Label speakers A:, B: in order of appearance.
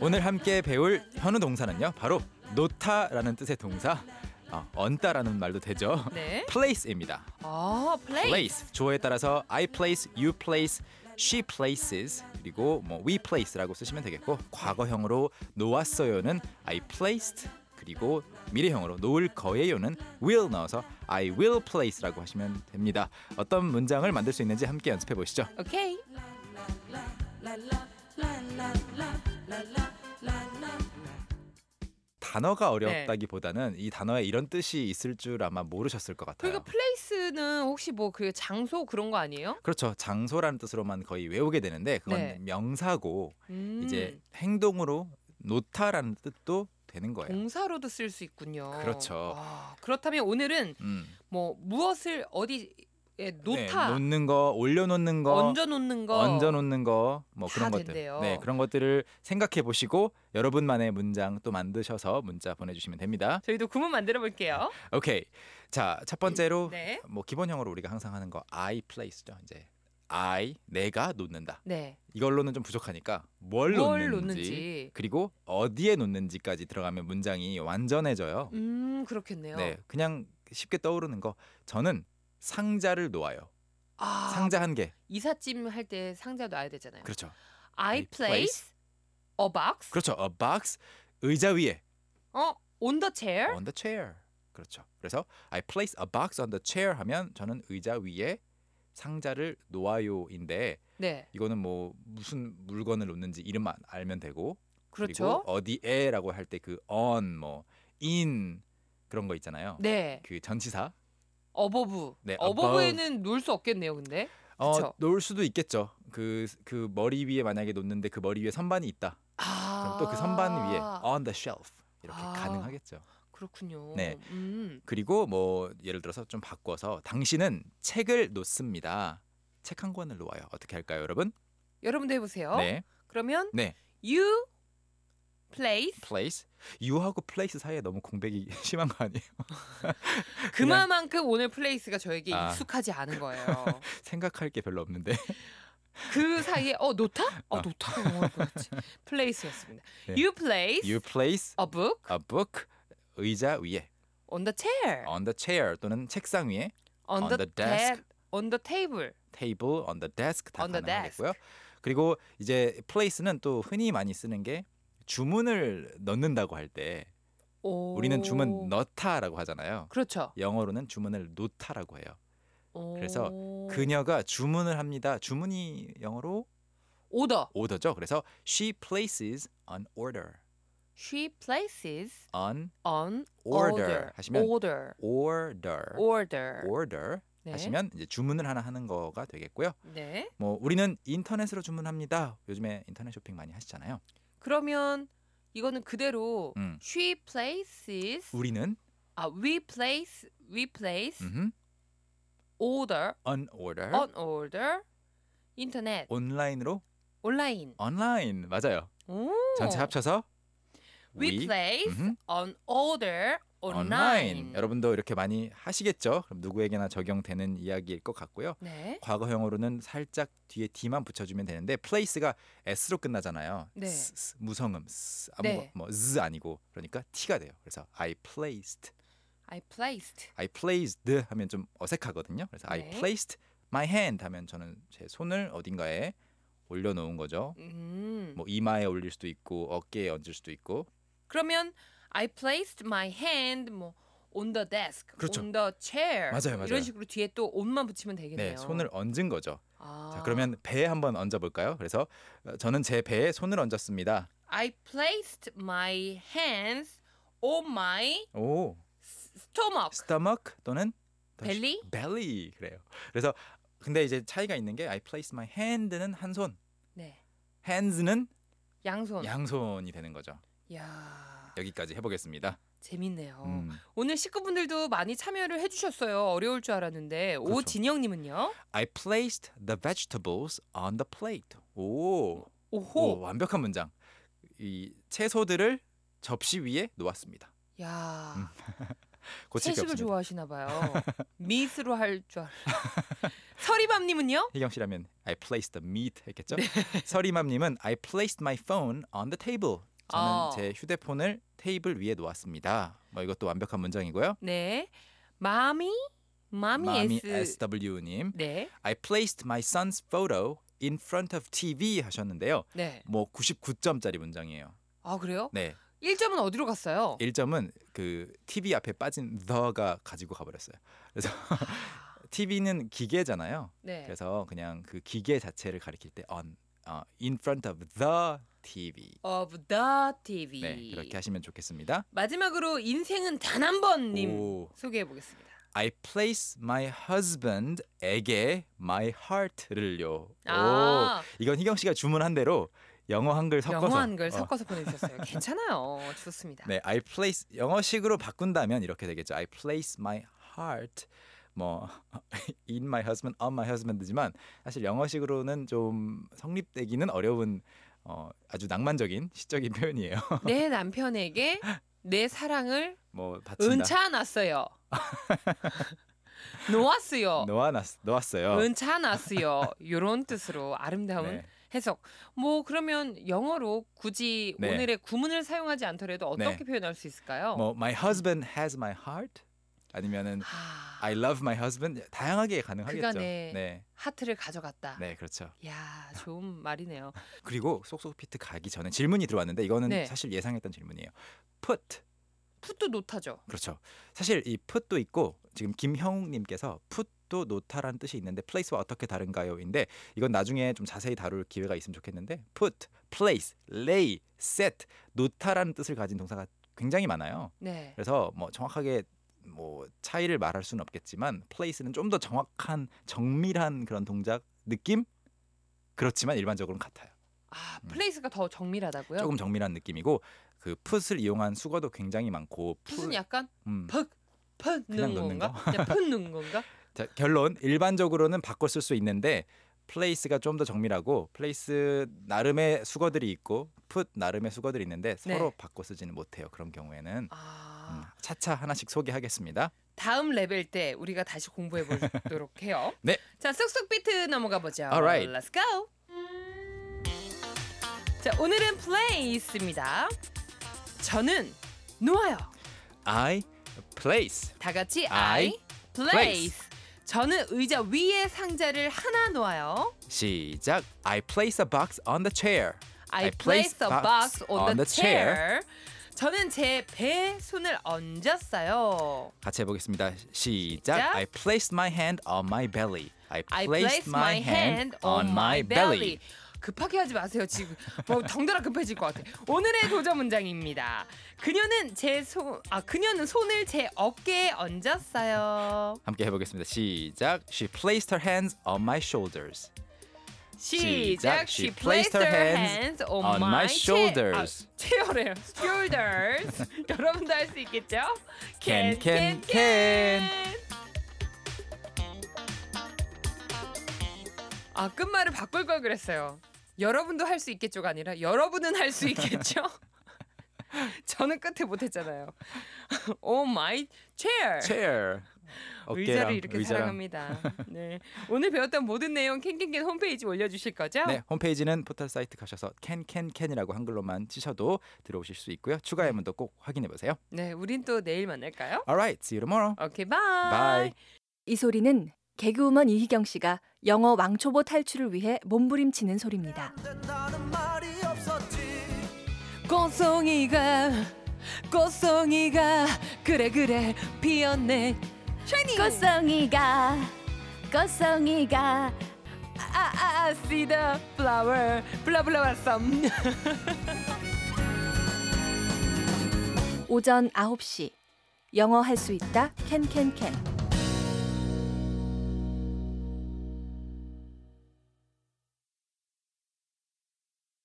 A: 오늘 함께 배울 현우 동사는요. 바로 놓다라는 뜻의 동사 어, 얹다라는 말도 되죠.
B: 네.
A: place입니다.
B: 아, 플레이.
A: place 주어에 따라서 I place, you place, she places 그리고 뭐 we place라고 쓰시면 되겠고 과거형으로 놓았어요는 I placed 그리고 미래형으로 놓을 거예요는 will 넣어서 I will place라고 하시면 됩니다. 어떤 문장을 만들 수 있는지 함께 연습해 보시죠.
B: 오케이. 네.
A: 단어가 어렵다기보다는 이 단어에 이런 뜻이 있을 줄 아마 모르셨을 것 같아요.
B: 그러니까 플레이스는 혹시 뭐 그 장소 그런 거 아니에요?
A: 그렇죠. 장소라는 뜻으로만 거의 외우게 되는데 그건
B: 네.
A: 명사고
B: 음,
A: 이제 행동으로 놓다라는 뜻도 되는 거예요.
B: 동사로도 쓸 수 있군요.
A: 그렇죠.
B: 아, 그렇다면 오늘은
A: 음.
B: 뭐 무엇을 어디에
A: 네,
B: 놓다,
A: 놓는 거, 올려놓는 거,
B: 얹어 놓는 거,
A: 놓는 거, 뭐
B: 다
A: 그런 것들.
B: 된대요.
A: 네, 그런 것들을 생각해 보시고 여러분만의 문장 또 만드셔서 문자 보내주시면 됩니다.
B: 저희도 구문 만들어 볼게요.
A: 오케이. 자, 첫 번째로
B: 네.
A: 뭐 기본형으로 우리가 항상 하는 거 I place죠. 이제 I 내가 놓는다.
B: 네.
A: 이걸로는 좀 부족하니까 뭘,
B: 뭘
A: 놓는지
B: 놓는지.
A: 그리고 어디에 놓는지까지 들어가면 문장이 완전해져요.
B: 음, 그렇겠네요.
A: 네, 그냥 쉽게 떠오르는 거. 저는 상자를 놓아요.
B: 아,
A: 상자 한 개.
B: 이삿짐 할 때 상자 놔야 되잖아요.
A: 그렇죠.
B: I
A: I place.
B: place a box.
A: 그렇죠. A box 의자 위에
B: 어, on the chair.
A: on the chair. 그렇죠. 그래서 I place a box on the chair 하면 저는 의자 위에 상자를 놓아요인데
B: 네.
A: 이거는 뭐 무슨 물건을 놓는지 이름만 알면 되고
B: 그렇죠.
A: 그리고 어디에라고 할 때 그 on 뭐 in 그런 거 있잖아요.
B: 네.
A: 그 전치사
B: 어버브.
A: 네,
B: 어버브에는 놓을 수 없겠네요, 근데. 그쵸.
A: 어, 놓을 수도 있겠죠. 그 그 머리 위에 만약에 놓는데 그 머리 위에 선반이 있다.
B: 아.
A: 그럼 또 그 선반 위에 on the shelf 이렇게
B: 아.
A: 가능하겠죠.
B: 그렇군요.
A: 네.
B: 음.
A: 그리고 뭐 예를 들어서 좀 바꿔서 당신은 책을 놓습니다. 책 한 권을 놓아요. 어떻게 할까요, 여러분?
B: 여러분도 해 보세요.
A: 네,
B: 그러면
A: 네.
B: you place
A: place. you하고 place 사이에 너무 공백이 심한 거 아니에요?
B: 그만큼 오늘 place가 저에게
A: 아.
B: 익숙하지 않은 거예요.
A: 생각할 게 별로 없는데.
B: 그 사이에 어 놓다? 어
A: 아.
B: 놓다. 어, 그렇지. place였습니다.
A: 네.
B: You place
A: you place
B: a book
A: a book 의자 위에
B: on the chair.
A: on the chair 또는 책상 위에
B: on,
A: 어, on
B: the,
A: the desk.
B: ta- on the table.
A: table on the desk 다
B: On the desk.
A: 가능하겠고요. 그리고 이제 place는 또 흔히 많이 쓰는 게 주문을 넣는다고 할 때
B: 오.
A: 우리는 주문 넣다라고 하잖아요.
B: 그렇죠.
A: 영어로는 주문을 놓다라고 해요. 그래서
B: 오.
A: 그녀가 주문을 합니다. 주문이 영어로
B: 오더.
A: order죠. 그래서 she places an order.
B: She places
A: an
B: on
A: order,
B: order.
A: 하시면
B: order.
A: order
B: order.
A: order
B: 네.
A: 하시면 이제 주문을 하나 하는 거가 되겠고요.
B: 네.
A: 뭐 우리는 인터넷으로 주문합니다. 요즘에 인터넷 쇼핑 많이 하시잖아요.
B: 그러면 이거는 그대로
A: 음.
B: she places
A: 우리는
B: 아 we place we place
A: 음흠,
B: order
A: an order
B: on order 인터넷
A: 온라인으로
B: 온라인.
A: 온라인 맞아요.
B: 오.
A: 전체 합쳐서
B: 어. we, place
A: 음흠,
B: on order
A: online.
B: online.
A: 여러분도 이렇게 많이 하시겠죠. 그럼 누구에게나 적용되는 이야기일 것 같고요.
B: 네.
A: 과거형으로는 살짝 뒤에 d만 붙여주면 되는데 place가 s로 끝나잖아요.
B: 네.
A: s, s, 무성음 s, 아무
B: 네.
A: 뭐 z 아니고 그러니까 t가 돼요. 그래서 I placed,
B: I placed
A: I placed 하면 좀 어색하거든요. 그래서 I
B: 네.
A: placed my hand 하면 저는 제 손을 어딘가에 올려놓은 거죠.
B: 음.
A: 뭐 이마에 올릴 수도 있고 어깨에 얹을 수도 있고
B: 그러면 I placed my hand 뭐 on the desk,
A: 그렇죠.
B: on the chair
A: 맞아요, 맞아요.
B: 이런 식으로 뒤에 또 on만 붙이면 되겠네요.
A: 네 손을 얹은 거죠.
B: 아.
A: 자 그러면 배에 한번 얹어 볼까요? 그래서 어, 저는 제 배에 손을 얹었습니다.
B: I placed my hands on my
A: 오
B: stomach.
A: stomach 또는
B: 어. Belly?
A: belly 그래요. 그래서 근데 이제 차이가 있는 게 I place my hand는 한 손,
B: 네,
A: hands는
B: 양손.
A: 양손이 되는 거죠.
B: 야,
A: 여기까지 해보겠습니다.
B: 재밌네요.
A: 음.
B: 오늘 식구분들도 많이 참여를 해주셨어요. 어려울 줄 알았는데
A: 그렇죠.
B: 오진영님은요.
A: I placed the vegetables on the plate. 오, 오
B: 오호.
A: 완벽한 문장. 이 채소들을 접시 위에 놓았습니다.
B: 야,
A: 음, 고칠 게
B: 채식을
A: 없습니다.
B: 좋아하시나 봐요. 미스로 할 줄 알아요. 서리밤님은요?
A: 희경 씨라면 I placed the meat 했겠죠?
B: 네.
A: 서리맘님은 I placed my phone on the table. 저는
B: 어.
A: 제 휴대폰을 테이블 위에 놓았습니다. 뭐 이것도 완벽한 문장이고요.
B: 네. 마미? 마미
A: 마미
B: S.
A: SW님,
B: 네.
A: I placed my son's photo in front of TV 하셨는데요.
B: 네.
A: 뭐 99점짜리 문장이에요.
B: 아 그래요?
A: 네,
B: 1점은 어디로 갔어요?
A: 예, 1점은 그 TV 앞에 빠진 the가 가지고 가버렸어요. 그래서 TV는 기계잖아요.
B: 네.
A: 그래서 그냥 그 기계 자체를 가리킬 때 on, 어, in front of the TV.
B: of the TV.
A: 네, 그렇게 하시면 좋겠습니다.
B: 마지막으로 인생은 단 한 번님
A: 오,
B: 소개해 보겠습니다.
A: I place my husband에게 my heart를요. 오,
B: 아,
A: 이건 희경 씨가 주문한 대로 영어 한글 섞어서
B: 영어 한글
A: 어,
B: 섞어서 보내주셨어요. 괜찮아요. 좋습니다.
A: 네, I place 영어식으로 바꾼다면 이렇게 되겠죠. I place my heart 뭐 in my husband, on my husband지만 사실 영어식으로는 좀 성립되기는 어려운 어, 아주 낭만적인 시적인 표현이에요.
B: 내 남편에게 내 사랑을
A: 뭐 바친다.
B: 은차놨어요. 놓았어요.
A: 놓아놨 놓았어요.
B: 은차놨어요. 이런 뜻으로 아름다운
A: 네.
B: 해석. 뭐 그러면 영어로 굳이
A: 네.
B: 오늘의 구문을 사용하지 않더라도 어떻게
A: 네.
B: 표현할 수 있을까요?
A: 뭐 my husband has my heart 아니면은
B: 아,
A: I love my husband 다양하게 가능하겠죠.
B: 그가 내-
A: 네.
B: 하트를 가져갔다.
A: 네, 그렇죠.
B: 야, 좋은 말이네요.
A: 그리고 속속 피트 가기 전에 질문이 들어왔는데 이거는
B: 네.
A: 사실 예상했던 질문이에요. put
B: 풋도 놓다죠.
A: 그렇죠. 사실 이 put도 있고 지금 김형욱님께서 put도 놓다라는 뜻이 있는데 place와 어떻게 다른가요?인데 이건 나중에 좀 자세히 다룰 기회가 있으면 좋겠는데 put, place, lay, set 놓다라는 뜻을 가진 동사가 굉장히 많아요.
B: 네.
A: 그래서 뭐 정확하게 뭐 차이를 말할 수는 없겠지만 place는 좀 더 정확한 정밀한 그런 동작 느낌 그렇지만 일반적으로는 같아요.
B: 아,
A: 음.
B: 플레이스가 더 정밀하다고요?
A: 조금 정밀한 느낌이고 그 put을 이용한 수거도 굉장히 많고
B: 무슨
A: put-
B: 약간
A: 음.
B: 퍽, 퍽
A: 그냥
B: 넣는
A: 넣는
B: 건가? 그냥 퍽 넣는 건가?
A: 자, 결론 일반적으로는 바꿔 쓸 수 있는데 플레이스가 좀 더 정밀하고 플레이스 나름의 수거들이 있고 put 나름의 수거들이 있는데 서로
B: 네.
A: 바꿔 쓰지는 못해요. 그런 경우에는 음,
B: 아,
A: 차차 하나씩 소개하겠습니다.
B: 다음 레벨 때 우리가 다시 공부해 보도록 해요.
A: 네.
B: 자, 쏙쏙 비트 넘어가 보죠.
A: Alright.
B: Let's go. 자, 오늘은 플레이스입니다. 저는 누워요.
A: I place
B: 다 같이
A: I
B: I, place. 저는 의자 위에 상자를 하나 놓아요.
A: 시작. I place a box on the chair.
B: I,
A: I
B: place
A: placed
B: a box on the chair. 저는 제 배에 손을 얹었어요.
A: 같이 해보겠습니다. 시작.
B: 시작.
A: I placed my hand on my belly. I
B: I placed my hand on my belly. 급하게 하지 마세요. 지금 뭐 덩달아 급해질 것 같아. 오늘의 도전 문장입니다. 그녀는 제 손, 아 그녀는 손을 제 어깨에 얹었어요.
A: 함께 해보겠습니다. 시작. She placed her hands on my shoulders.
B: 시작. She placed her hands on,
A: on my
B: my 아,
A: shoulders.
B: 체어래요. shoulders. 여러분도 할 수 있겠죠?
A: Can, can,
B: can. 아 끝말을 바꿀 걸 그랬어요. 여러분도 할 수 있겠죠가 아니라 여러분은 할 수 있겠죠? 저는 끝에 못했잖아요. oh my chair.
A: Chair.
B: 의자를 이렇게 사랑합니다. 네. 오늘 배웠던 모든 내용 캔캔캔 홈페이지 올려주실 거죠?
A: 네, 홈페이지는 포털 사이트 가셔서 캔캔캔이라고 한글로만 치셔도 들어오실 수 있고요. 추가 예문도 꼭 확인해 보세요.
B: 네, 우린 또 내일 만날까요?
A: Alright, see you tomorrow.
B: 오케이, 바이.
A: Bye.
C: 이 소리는 개그우먼 이희경 씨가 영어 왕초보 탈출을 위해 몸부림치는 소리입니다.
D: 된다는 말이 없었지
B: 꽃송이가 꽃송이가 그래 그래 피었네. 샤이니.
C: 꽃송이가 꽃송이가
B: 아아 see the flower 블라블라 썸.
C: 오전 9시 영어 할 수 있다 캔캔캔